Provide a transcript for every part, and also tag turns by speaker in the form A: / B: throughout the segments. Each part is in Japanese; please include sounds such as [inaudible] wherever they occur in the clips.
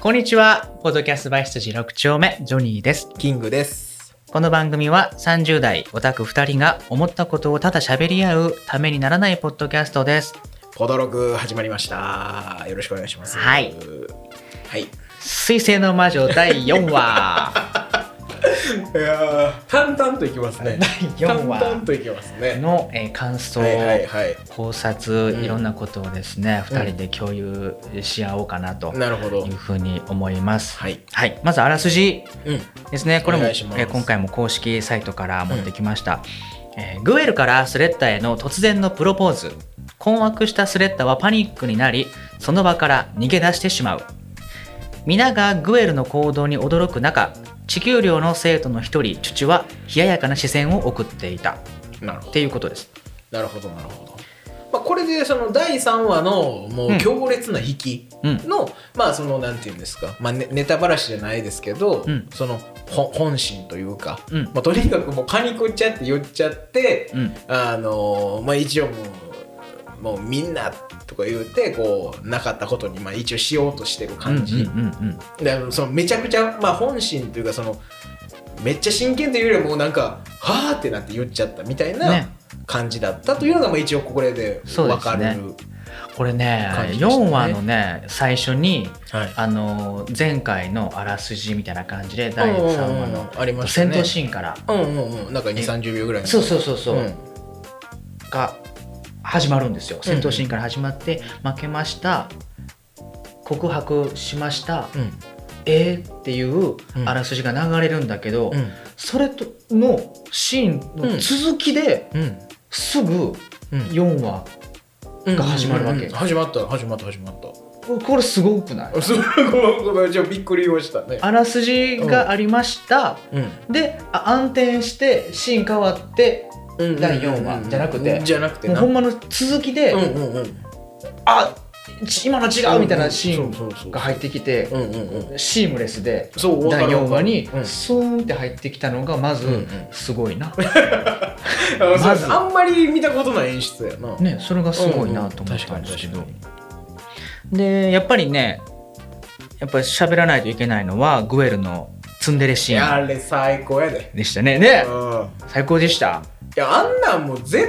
A: こんにちは。ポッドキャストバイス筋6丁目、ジョニーです。
B: キングです。
A: この番組は30代オタク2人が思ったことをただ喋り合うためにならないポッドキャストです。
B: ポドログ始まりました。よろしくお願いします。
A: はい。
B: はい。い
A: 水星の魔女第4話
B: [laughs] やー淡々といきますね。
A: 第4
B: 淡
A: 話
B: 々といきますね。
A: の、えー感想、
B: はいはいはい。
A: 考察、
B: うん
A: いろんなことをですね、
B: うん
A: 2人で共有し合おうかなと
B: なるほど
A: いう。ふうに思います。
B: はい。
A: はい、まずあらすじ
B: うん。
A: ですねこれも
B: お
A: え
B: 願いします
A: ー今回も公式サイトから持ってきました、えーグエルからスレッタへの突然のプロポーズ困惑したスレッタはパニックになりその場から逃げ出してしまう皆がグエルの行動に驚く中地球寮の生徒の一人チュチュは冷ややかな視線を送っていたっ
B: なるほど。
A: ていうことです
B: なるほどなるほど。まあこれでその第三話のも
A: うん
B: う強烈な引き
A: うん
B: の、まあそのなんていうんですか、まあネネタばらしじゃないですけど、
A: うん
B: そのほ本心というか、
A: うん
B: まあとにかくもうカニコちゃって言っちゃって、
A: うん
B: あのまあ一応もうもうみんなとか言ってこうなかったことにまあ一応しようとしてる感じ、
A: うんうんうん
B: でそのめちゃくちゃ、まあ、本心というかそのめっちゃ真剣というよりはもうなんかはあってなって言っちゃったみたい
A: ね
B: な感じだったというのがまあ一応これで
A: そうで
B: 分
A: すね
B: かる、
A: これね
B: 感じでしたね
A: 4話のね最初に
B: はい、
A: あのー前回のあらすじみたいな感じで第3話
B: うんうん
A: の
B: うんありました
A: 戦
B: ね
A: 闘シーンから、
B: うんうんうんなんか2 3 0秒ぐらいの
A: そうそうそうそう、
B: ん
A: が始まるんですよ戦闘シーンから始まって、負けました告白しました
B: うん
A: えー、っていう
B: うん
A: あらすじが流れるんだけど、
B: うん
A: それとのシーンの続きで
B: うん
A: すぐ
B: うん
A: 4話、
B: うん
A: が始まるわけ
B: うんうん始まった始まった始まった [laughs]
A: これすごくない
B: すごいごめんちょっとびっくりをしたね
A: あらすじがありました、
B: うん
A: であ暗転してシーン変わって第
B: 第
A: 四
B: 4
A: 話
B: 話
A: じ
B: じ
A: ゃ
B: ゃ
A: な
B: な
A: く
B: く
A: て
B: てじゃなく
A: もう
B: な
A: ほんまの続きで、
B: うんうんうん
A: あち今の違うみたいなシーン
B: そうそうそう
A: が入ってきて
B: うんうんうん
A: シームレスで
B: そうわか
A: 第
B: る
A: 4話に
B: うん
A: スーンって入ってきたのがま
B: うんう
A: ず
B: ん
A: すごいな、
B: あ
A: ま
B: ま
A: ず
B: ずあんまり見たことない演出やな
A: ねそれがすごいなと思ったんですけ
B: う
A: ど、
B: んうん確
A: でやっぱりねやっぱり喋らないといけないのはグエルのツンデレ
B: い
A: シ
B: や
A: ーン
B: あれ最高やで
A: でしたね
B: う
A: ね
B: ん
A: 最高でした
B: いやあんなんもう絶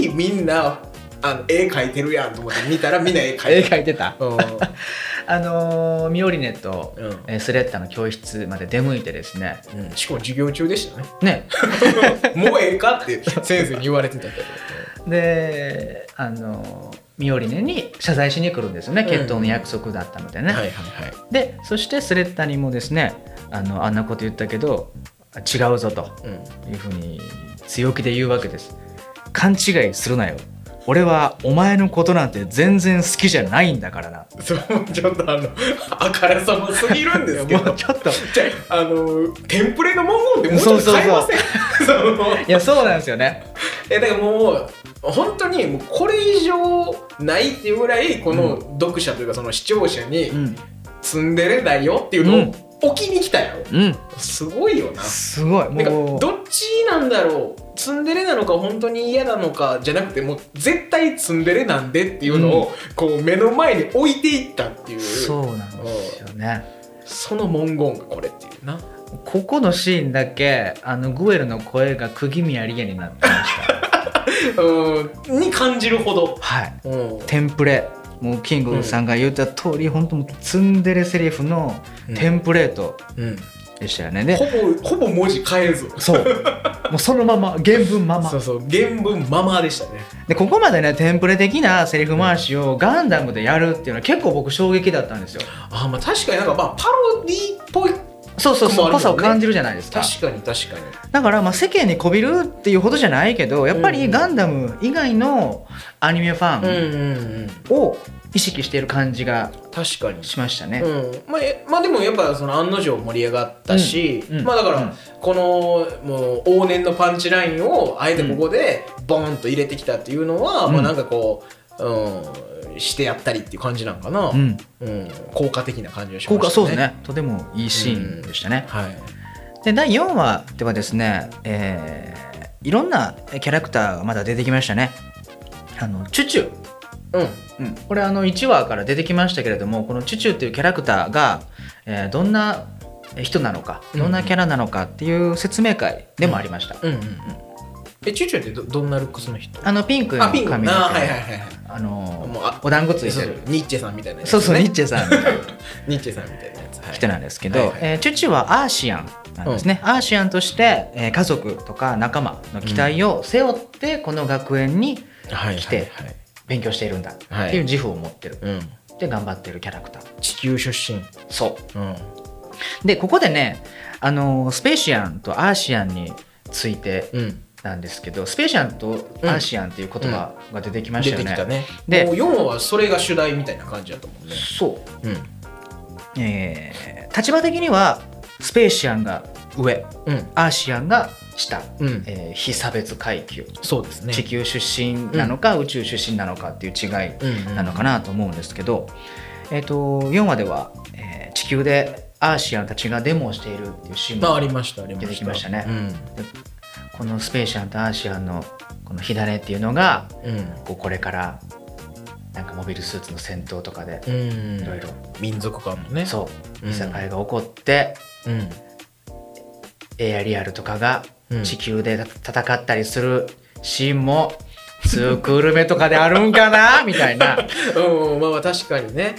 B: 対みんなあの絵描いてるやんと思って見たらみんな絵描
A: 絵
B: い
A: [laughs]
B: てる
A: 描いてた
B: うん
A: あのーミオリネと、
B: うん
A: えースレッタの教室まで出向いてですね
B: うんしかも授業中でしたね
A: ね
B: もうええかって先生に言われてたけど
A: であのミオリネに謝罪しに来るんですよね
B: うん
A: 決闘の約束だったのでね、
B: はいはいはい
A: でそしてスレッタにもですねあのあんなこと言ったけど違うぞと
B: うん
A: いうふうに強気で言うわけです勘違いするなよ俺はお前のことなんて全然好きじゃないんだからな
B: そうちょっとあのあからさますぎるんですけど
A: もうちょっとい
B: じゃ [laughs] あ、あのテンプレの文言ってもうちょっと変えません [laughs] その
A: やそうなんですよね
B: えだからもう本当にもうこれ以上ないっていうぐらいこの読者というかその視聴者に
A: うん
B: 「ツンデレだよ」っていうのを置きに来たよ、
A: うん
B: すごいよな。
A: すごい
B: なんか
A: もう
B: どっちなんだろうツンデレなのか本当に嫌なのかじゃなくてもう絶対ツンデレなんでっていうのをこう目の前に置いていったっていう、
A: そうなんですよね
B: その文言がこれっていうな
A: ここのシーンだけあのグエルの声が釘宮理恵になってました
B: うんに感じるほど、
A: はい
B: うん、
A: テンプレもうキングさんが言った通り、本当もうツンデレセリフのテンプレート
B: うん、
A: でしたよね、で
B: ほぼほぼ文字変えず
A: そう [laughs] もうそのまま原文まま
B: そうそう原文ままでしたね
A: でここまでねテンプレ的なセリフ回しをガンダムでやるっていうのは結構僕衝撃だったんですよ
B: あまあ確かになんかまあパロディっぽい
A: そうそう
B: も
A: そう
B: あるもんね
A: 濃さを感じるじゃないですか
B: 確かに確かに
A: だからまあ世間にこびるっていうほどじゃないけどやっぱりガンダム以外のアニメファン
B: うんうん
A: を意識している感じが
B: 確かに
A: しましたね、
B: うんまあ、えまあでもやっぱその案の定盛り上がったし、
A: うんうん
B: まあだか
A: うん
B: らこのもう往年のパンチラインをあえてここでボーンと入れてきたっていうのは、
A: うん
B: まあなんかこう、うん、してやったりっていう感じなんかな、う
A: うんん、
B: 効果的な感じがしましたね
A: 効果そうですねとてもいいシーンでしたね、
B: はい
A: で第4話ではですね、えーいろんなキャラクターがまだ出てきましたねあのチュチュ
B: うん
A: うん、これあの1話から出てきましたけれどもこのチュチュっていうキャラクターが、えーどんな人なのか
B: うんうん
A: どんなキャラなのかっていう説明会でもありました、
B: うんうんうんえチュチュってどどんなルックスの人
A: あのピンクの
B: あピ
A: 髪
B: ンクな
A: の毛
B: あはいはいはいはい
A: あの
B: もうあ
A: お団子つい
B: そ
A: て
B: うそう
A: る
B: ニッチェさんみたいなやつ
A: そうそう、
B: ね
A: ニッチェさんみたいな
B: ニッチェさんみたいなやつ、はい
A: 人なんですけ
B: はい
A: ど
B: はい、
A: えーチュチュはアーシアンなんですね、アーシアンとして、えー家族とか仲間の期待を背負ってこの学園に
B: はい
A: 来て
B: はい
A: 勉強しているんだって
B: はい
A: いう自負を持ってる
B: はいうん、
A: で頑張ってるキャラクター
B: 地球出身
A: そ
B: うん
A: うでここでね、あのースペーシアンとアーシアンについて
B: うん
A: なんですけどスペーシアンとアーシアンっていう言葉が出てきまし
B: 出
A: た
B: て
A: よ
B: き
A: ね,、
B: たね
A: で
B: もう4話はそれが主題みたいな感じだと思うね
A: そ
B: う
A: う
B: ん
A: えー立場的にはスペーシアンが上
B: うん
A: アーシアンが下、
B: うん
A: えー非差別階級
B: そうですね
A: 地球出身なのか宇宙出身なのかっていう違いなのか
B: な
A: なと思うんですけど、えっと4話では、えー地球でアーシアンたちがデモをしているっていうシーン
B: まあ
A: が
B: ありましたありました
A: 出てきましたね
B: うん
A: このスペーシアンとアーシアンのこの火種っていうのが
B: うん
A: こうこれからなんかモビルスーツの戦闘とかで
B: うん
A: いろいろ
B: 民族感もね
A: そううん見境が起こって、
B: う、うん、
A: エアリアルとかが
B: うん
A: 地球で戦ったりするシーンも、2クール目とかであるんか [laughs] なみたいな、
B: うん、まあまあ確かにね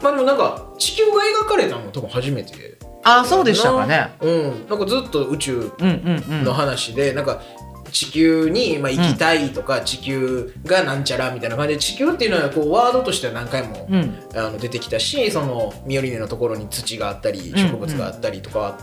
B: まあでもなんか地球が描かれたのも多分初めて
A: あそうでしたかね
B: うんなんかずっと宇宙
A: うんうんう
B: の
A: ん
B: 話で、なんか地球に、まあ、行きたいとか、地球がなんちゃらみたいな感じで地球っていうのはこうワードとしては何回も、
A: うん
B: あの出てきたしそのミオリネのところに土があったり
A: ん
B: 植物があったりとか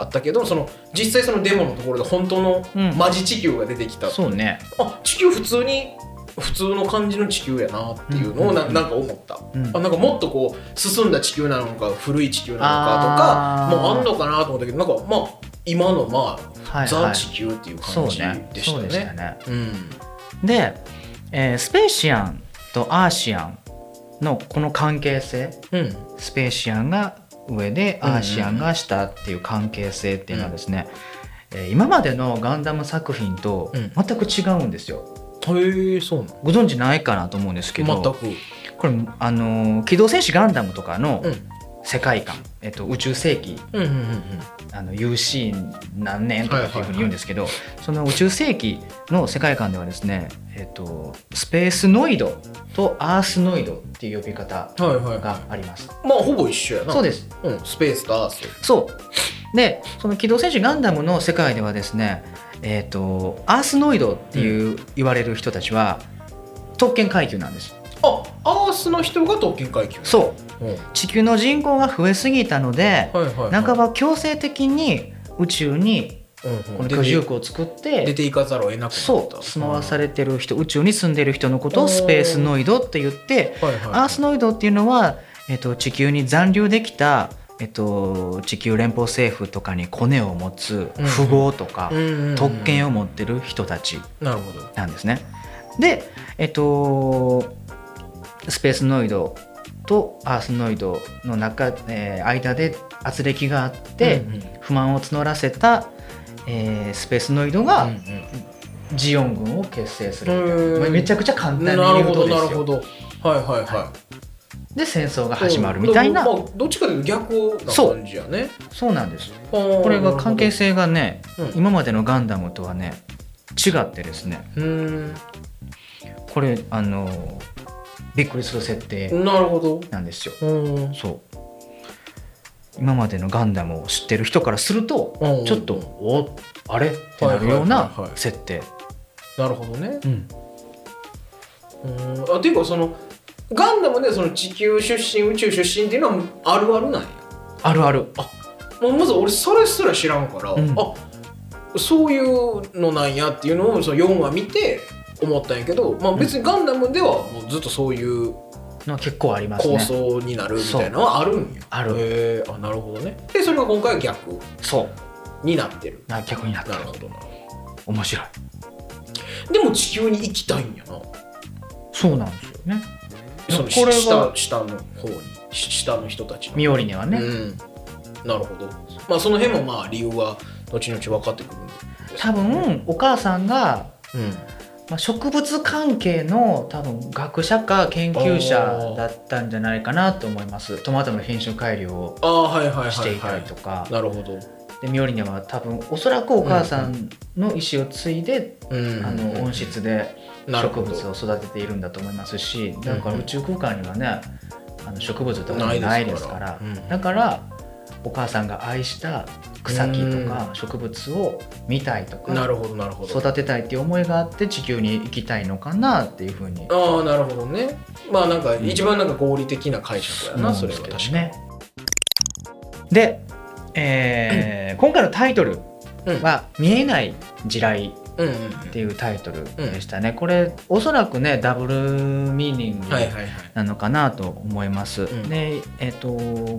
B: あったけど、その実際そのデモのところで本当の
A: うん
B: マジ地球が出てきた、
A: そうね
B: あ地球普通に普通の感じの地球やなっていうのをな,、
A: うんん
B: なんか思った、
A: うん
B: あなんかもっとこう進んだ地球なのか古い地球なのかとか
A: あー
B: もうあんのかなと思ったけどなんかまあ今のまあ、
A: はいは
B: ザ
A: い
B: 地球っていう
A: そう
B: 感じ
A: ね
B: でし
A: そう
B: た
A: でした
B: ね。
A: ね
B: うん
A: で、えースペーシアンとアーシアンのこの関係性
B: うん
A: スペーシアンが上で
B: うんうん
A: アーシアンが下っていう関係性っていうのはですね、えー今までのガンダム作品と
B: うん
A: 全く違うんですよ、
B: へえそうな
A: ご存知ないかなと思うんですけど
B: の全く、
A: これあのー機動戦士ガンダムとかの
B: うん
A: 世界観、えっと、宇宙世紀
B: うんうん
A: あの UC 何年とかっていうふうに言うんですけど、その宇宙世紀の世界観ではですね、えっと、スペースノイドとアースノイドっていう呼び方
B: うんうんはいはい
A: があります。
B: まあほぼ一緒やな
A: そうです
B: うん、スペースとアース
A: そうでその「機動戦士ガンダム」の世界ではですねえっ、とアースノイドっていう、言われる人たちは特権階級なんです
B: あアースの人が特権階級
A: そう
B: うん、はい
A: 地球の人口が増えすぎたので、
B: はいはい
A: 半ば強制的に宇宙に
B: うんうん
A: この居住区を作っ
B: 出て出
A: て
B: ていかざるを得なくなった
A: そう住まわさ
B: れ、
A: れてる人宇宙に住んでる人のことをスペースノイドって言って
B: はいはいはい、
A: アースノイドっていうのは、えっと、地球に残留できた、えっと、地球連邦政府とかにコネを持つ
B: うん
A: 富豪とか、
B: うんうんうん
A: 特権を持ってる人たち
B: なるほど
A: なんですね。で、えっと、スペースノイドとアースノイドの中、えー間で圧力があって、
B: うんうん
A: 不満を募らせた、えースペースノイド
B: うん
A: が
B: うん
A: ジオン軍を結成するみたいな、
B: へー
A: めちゃくちゃ簡単に
B: なる
A: 言う
B: ほ
A: と
B: ど
A: で
B: なる
A: す
B: ほ
A: よ。
B: どはいはいは
A: で戦争が
B: い
A: 始まるみたいな、
B: うんまあ、どっちかというと逆な感じやね
A: そうなんです。
B: こ
A: これが関係性がね、
B: うん
A: 今までのガンダムとはね違ってですね
B: うん
A: これあのびっくりする設定
B: なるほど
A: なんですよ、
B: うん
A: そう今までのガンダムを知ってる人からすると、
B: うん
A: ちょっと「おあれ?」ってなるよう
B: はい
A: な
B: はいはいはい
A: 設定、
B: なるほどね
A: うん
B: うんあていうかそのガンダムでその地球出身宇宙出身っていうのはあるあるなんや
A: あるある
B: もうまず俺それすら知らんから、
A: うん
B: あそういうのなんやっていうのをその4話見て思ったんやけど、まあ、別にガンダムではもうずっとそういう
A: のは結構あります
B: 構
A: ね
B: 想になるみたいなのはあるんや。
A: ある
B: へーあなるほどね。でそれが今回は逆
A: そう
B: になってる。
A: な逆になってる
B: なるほどなるほ
A: 面白い
B: ど。でも地球に行きたいんやな。
A: そうなんですよね
B: その
A: これ
B: 下
A: が
B: 下の方にし下の人たちの。
A: ミオリネはね、
B: うん。なるほど。まあその辺もまあ理由は後々分かってくるんで。
A: 多分お母さんが
B: うん。
A: まあ、植物関係の多分学者か研究者だったんじゃないかなと思いますトマトの品種改良を
B: ああはいはいはい、はい、
A: していたりとか、
B: なるほど、
A: でミオリネは多分おそらくお母さんの意思を継いで、
B: うん
A: あの温室で
B: なる
A: 植
B: ほど
A: 物を育てているんだと思いますし
B: んう
A: だ
B: ん
A: から宇宙空間にはねあの植物ってことないですから
B: ないですからうん
A: だからお母さんが愛した草木と
B: う
A: か植物を見たいと
B: な
A: か
B: るほどなるほど
A: 育てたいっていう思いがあって地球に行きたいのかなっていうふうに
B: ああなるほどねまあなんか
A: ん
B: 一番なんか合理的な解釈やな、それは確かに、
A: ね。で、えー今回のタイトル
B: うん
A: は「見えない地雷」
B: うんうんうん
A: っていうタイトルでしたね、これおそらくねダブルミーニング
B: はいはいはい
A: なのかなと思います、
B: ん
A: でえっ、と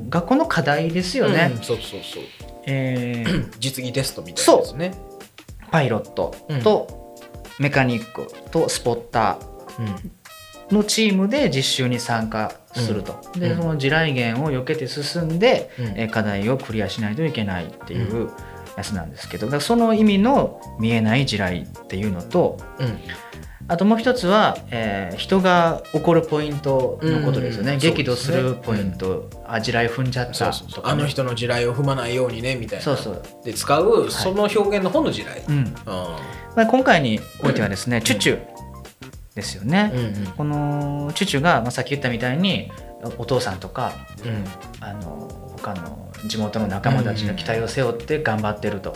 A: 学校の課題ですよ
B: う
A: ね
B: ん、そうそうそう
A: えー
B: 実技テストみたいなやつね
A: パイロットとメカニックとスポッタ
B: う、
A: ーのチームで実習に参加すると、
B: う
A: で
B: ん
A: その地雷原を避けて進んで、
B: ん
A: えー課題をクリアしないといけないっていうやつなんですけどだからその意味の見えない地雷っていうのと、
B: うん
A: あともう一つは、えー人が怒るポイントのことですよね、
B: うん
A: 激怒す
B: そう
A: る
B: ですね
A: ポイント、あ地雷踏んじゃったと
B: そう
A: か、
B: そうそうあの人の地雷を踏まないようにねみたいな
A: そうそう、
B: で使うその表現の方の地雷、
A: うん
B: あ
A: まあ、今回においてはですね、チュチュですよね
B: あ、うんうん
A: このチュチュが、まあ、さっき言ったみたいにお父さんとか
B: うん
A: あの他の地元の仲間たちの期待を背負って頑張ってると、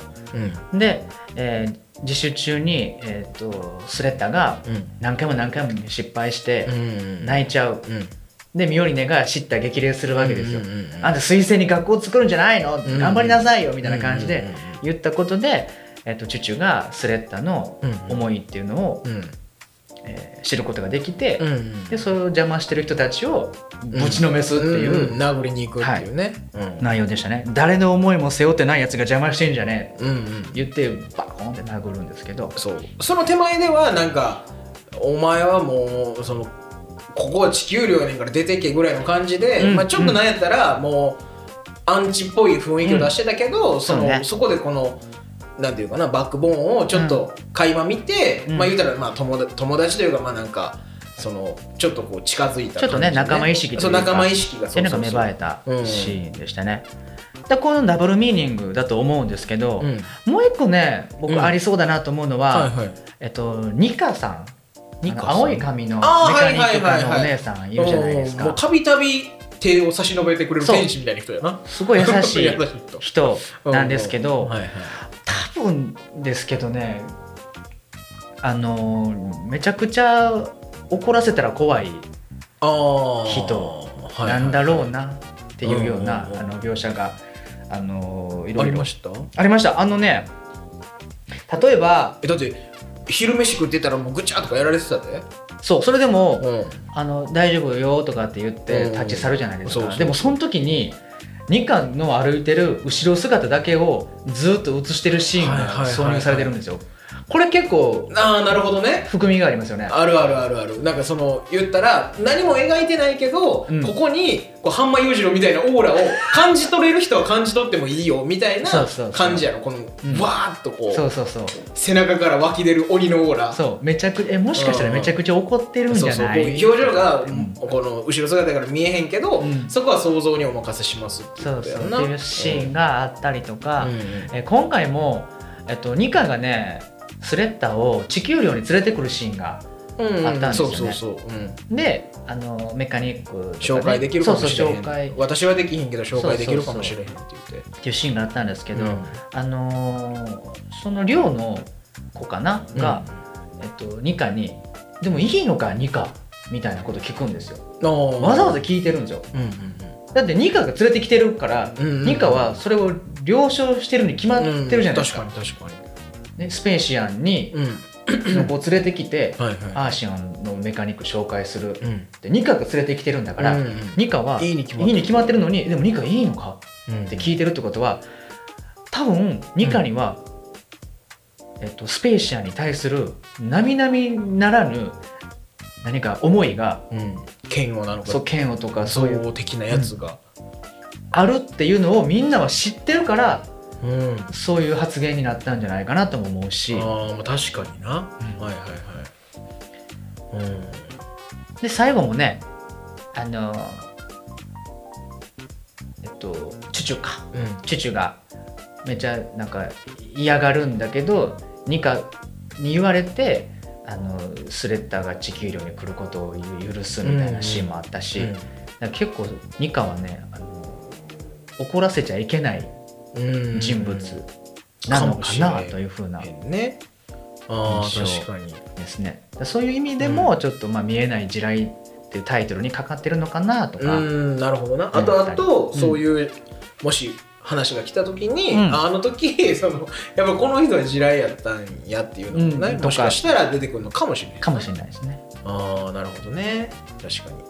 A: で、えー実習中に、えー、とスレッタが
B: うん
A: 何回も何回も失敗して
B: うん
A: 泣いちゃう、
B: うん
A: でミオリネが叱咤激励するわけですよ、
B: うんうんうんうん
A: あんた推薦に学校作るんじゃないの、
B: ん
A: 頑張りなさいよみたいな感じ
B: うんう
A: で
B: んうんうん
A: 言ったことで、えっとチュチュがスレッタの
B: うんうん
A: 思いっていうのを、
B: うん
A: えー知ることができて、
B: うんうん
A: でそれを邪魔してる人たちをぶちのめすってい
B: んん
A: う
B: 殴りに行くっていうね、うん
A: 内容でしたね、誰の思いも背負ってないやつが邪魔してんじゃねえ
B: うんうん
A: 言ってバコーンって殴るんですけど
B: そうその手前ではなんかお前はもうそのここは地球寮やねんから出てけぐらいの感じで、
A: うん
B: まあ、ちょっとなんやったらもうアンチっぽい雰囲気を出してたけど、そのそ,、
A: そうね
B: こでこの。なんていうかなバックボーンをちょっと垣間見て、
A: うん
B: まあ言うたらまあ友達友達というかまあなんかそのちょっとこう近づいた感じで
A: ちょっとね仲間意識というか
B: そう仲間意識が
A: でなんか
B: そう
A: 芽
B: そう
A: 生えたシーンでしたね。でこのダブルミーニングだと思うんですけど、
B: そううん
A: もう一個ね
B: うん
A: 僕ありそうだなと思うのは、
B: はいはい
A: えっと、ニカさん
B: ニカさん
A: あの青い髪のメ
B: あー
A: カニック
B: はいはい
A: 科
B: はい
A: の
B: は
A: お
B: い
A: 姉さんいるじゃないです
B: うんもう
A: か
B: たびたび手を差し伸べてくれる
A: そう
B: 天使みたいな人やな
A: すごい優
B: [laughs]
A: しい
B: 人
A: 人 [laughs] なんですけ
B: うん
A: ど
B: はいはい
A: 多分ですけどねあのーめちゃくちゃ怒らせたら怖い
B: あー
A: 人
B: はいはい
A: なんだろうなっていうような
B: うんうんうん
A: あの描写があのーい
B: あ
A: ろい
B: り
A: ろ
B: ました
A: ありましたあのね例えば
B: えだって昼飯食ってたらもうぐちゃとかやられてたで、
A: そうそれでも
B: うん、
A: あの大丈夫よとかって言って
B: うん
A: 立ち去るじゃないです
B: そうそう
A: か
B: そう
A: でもその時に日韓の歩いてる後ろ姿だけをずっと映してるシーン
B: はいはい
A: が
B: はいはい
A: 挿入されてるんですよこれ結構
B: ああなるほどね
A: 含みがありますよね
B: あるあるあるあるなんかその言ったら何も描いてないけど、
A: うん
B: ここにこう半間裕次郎みたいなオーラを感じ取れる人は感じ取ってもいいよみたいな
A: そうそうそう
B: 感じやろこの
A: ん
B: わーっとこう
A: そうそうそう
B: 背中から湧き出る鬼のオーラ
A: そうめちゃくえもしかしたら
B: うん
A: めちゃくちゃ怒ってるんじ
B: そう
A: ゃ
B: そう
A: な
B: こう
A: い
B: 表情が
A: うん
B: この後ろ姿から見えへんけど、
A: うん
B: そこは想像にお任せしますってい
A: そう
B: こ
A: う
B: と
A: そ
B: や
A: う
B: ろ
A: っ
B: な
A: ていうシーンがあったりとか、
B: うん
A: え今回も、えっと、ニカがねスレッタを地球寮に連れてくるシーンが
B: うんうん
A: あったんですよね
B: そうそうそう、うん
A: であのメカニックとかね
B: 紹介できるかもしれへん
A: そうそう紹介
B: 私はできへんけど紹介できるかもしれへんって言って
A: っていうシーンがあったんですけど、
B: うん
A: あのーその寮の子かなが、えっと、ニカに「でもいいのかニカ」みたいなこと聞くんですよ
B: うんおー
A: わざわざ聞いてるんですよ
B: うんうん
A: だってニカが連れてきてるから、
B: うんうん
A: ニカはそれを了承してるに決まって
B: うん
A: るじゃないですか,、
B: 確かに確かに
A: ね、スペーシアン
B: [clears throat]
A: に
B: うん
A: の子を連れてきて、
B: はいはい
A: アーシアンのメカニック紹介する、
B: うん
A: でニカが連れてきてるんだから、
B: うんうん
A: ニカはい
B: いに決まってる
A: いに決まってるのにでもニカいいのか
B: うん
A: って聞いてるってことは多分ニカには、えっと、スペーシアに対する並々ならぬ何か思いが
B: うん嫌悪なのか
A: そう嫌悪とかそういう
B: 憎悪的なやつが
A: あるっていうのをみんなは知ってるから
B: うん
A: そういう発言になったんじゃないかなとも思うし
B: ああまあ確かにな、
A: うん
B: はいはいはいうん
A: で最後もねあのえっとチュチュかチュチュがめちゃなんか嫌がるんだけどニカに言われてあのスレッタが地球寮に来ることを許すみたいなシーンもあったし、なんか結構ニカはねあの怒らせちゃいけない
B: うん
A: 人物なのか
B: かもしれな
A: ないというふうな
B: 変ねあ
A: 印象
B: ー確かに
A: ですねそういう意味でもちょっとまあ見えない地雷っていうタイトルにかかってるのかなと
B: う
A: か、
B: んなるほどなあとあと、
A: うん
B: そういうもし話が来た時に、
A: うん
B: ああの時 [laughs] そのやっぱこの人は地雷やったんやっていうのもね、
A: うん
B: もしかしたら出てくるのかもしれない
A: かもしれないですね。
B: ああなるほどね確かに、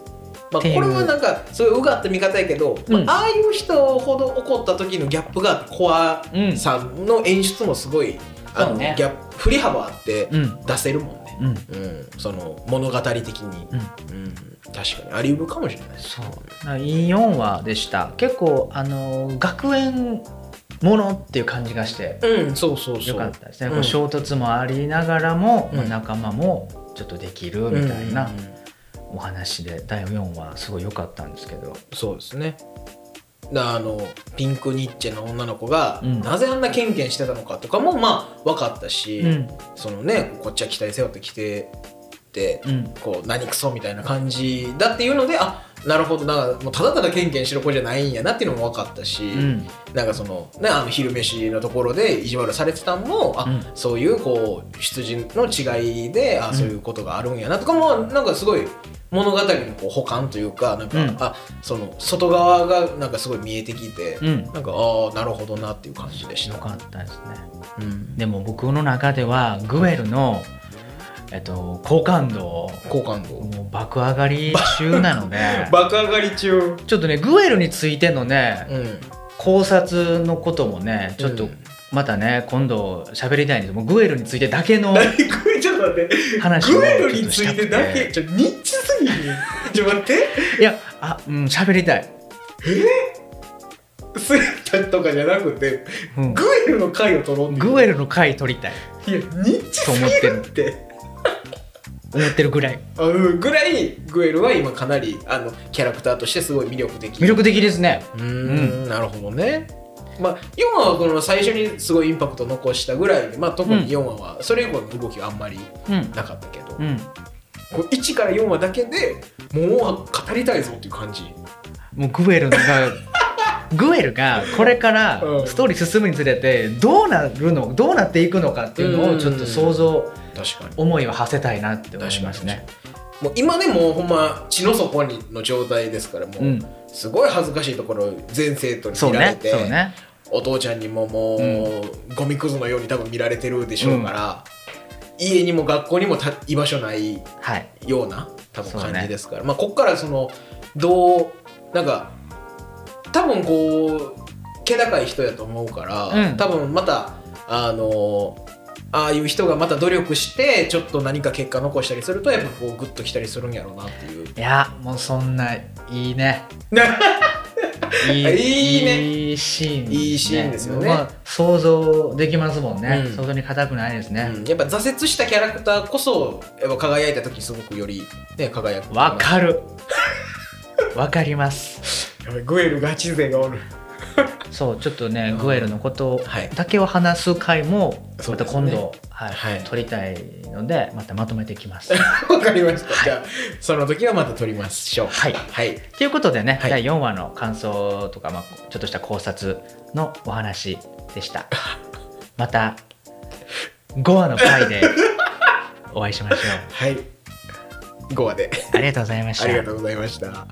B: まあ、
A: っていう
B: これはなんかそういううがった見方やけど、まあ
A: うん
B: ああいう人ほど怒った時のギャップがあって怖
A: うん
B: さの演出もすごい、あ
A: そ
B: の
A: うね
B: ギャップ振り幅あって
A: うん
B: 出せるもんね、
A: うん
B: うん、その物語的に、
A: うん
B: うん、確かにあり得るかもしれないです
A: そうだからいい4話でした結構あの学園ものっていう感じがして
B: うん、そうそうそう。
A: よかったですね、
B: うん
A: こう衝突もありながらも、
B: うん
A: 仲間もちょっとできるみたいな
B: うんうんうん
A: お話で第4話すごい良かったんですけど
B: そうですね。だあのピンクニッチェの女の子が、
A: うん
B: なぜあんなケンケンしてたのかとかもまあ分かったし、
A: うん
B: そのねこっちは期待背負ってきてて、
A: うん
B: こう何クソみたいな感じだっていうのであなるほどなんかもうただただケンケンしてる子じゃないんやなっていうのも分かったし、
A: うん
B: なんかその,、ね、あの昼飯のところで意地悪されてたんもあ、
A: うん
B: そういうこう羊の違いであそういうことがあるんやなとかも、なんかすごい物語のこう補完というかなんか、
A: うん
B: あその外側がなんかすごい見えてきて、
A: うん
B: なんかああなるほどなっていう感じでし
A: 良
B: た。
A: かったですね
B: うん、
A: でも僕の中ではグエルの、えっと、好感度
B: 好感度
A: もう爆上がり中
B: [laughs]
A: なので
B: 爆上がり中、
A: ちょっとねグエルについてのね
B: うん、
A: 考察のこともねちょっと
B: うん
A: またね今度喋りたいんですもうグエルについてだけ
B: [laughs]
A: の
B: 何これちょっと待って
A: 話を
B: グエル
A: ちょ
B: につい
A: っとしたくて
B: てだけちょニッチすぎるちょっと待って
A: いやあうん喋りたい、
B: スレッタとかじゃなくて
A: うん、
B: グエルの回を取ろうっていう
A: グエルの回撮りたい
B: いやニッチすぎるって
A: 思ってるぐらい
B: あうんぐらいグエルは今かなりあのキャラクターとしてすごい魅力的
A: 魅力的ですね
B: うーんなるほどねまあ4話はこの最初にすごいインパクト残したぐらいで、まあ、特
A: うん
B: に4話はそれ以降の動きはあんまり
A: うん
B: なかったけど、
A: うん
B: こう1から4話だけでもう語りたいぞっていう感じ
A: もうグエル
B: [laughs]
A: がグエルがこれから
B: うん
A: ストーリー進むにつれてどうなるのどうなっていくのかっていうのをちょっと想像
B: 確かに
A: 思いを馳せたいなって思いますね。
B: もう今でもほんま血の底にの状態ですからもう、
A: うん、
B: すごい恥ずかしいところを全生徒に
A: そう
B: 見られ
A: ね
B: て、
A: そうね
B: お父ちゃんにももう、ゴミくずのように多分見られてるでしょうから、家にも学校にもた居場所ない
A: はい
B: ような多分
A: そうね
B: 感じですから、まあこっからそのどうなんか多分こう気高い人やと思うから、
A: うん
B: 多分またあのああいう人がまた努力してちょっと何か結果残したりするとやっぱこうグッときたりするんやろうなっていう。
A: いやもうそんないいねい
B: いいね
A: いいシーン、
B: いいシーンですよね
A: まあ、想像できますもんね、
B: うん
A: 想像に固くないですね
B: うんやっぱ挫折したキャラクターこそやっぱ輝いた時すごくより、ね、輝く
A: わ、かるわかります
B: やばいグエルガチ勢がおる
A: そうちょっとね
B: うん
A: グエルのこと
B: はい
A: だけを話す回も
B: そ
A: ま
B: う
A: た
B: ですね
A: 今度、はい
B: はい
A: 撮りたいのでまたまとめてい
B: [laughs]
A: きま
B: [laughs]
A: す
B: わかりました、じゃあその時はまた撮りましょう
A: はい
B: はい
A: ということでね、
B: はい
A: 第4話の感想とか、まあ、ちょっとした考察のお話でしたまた5話の回でお会いしましょ
B: [laughs] はい5話で
A: うありがとうございまし
B: あり
A: た
B: がとうございました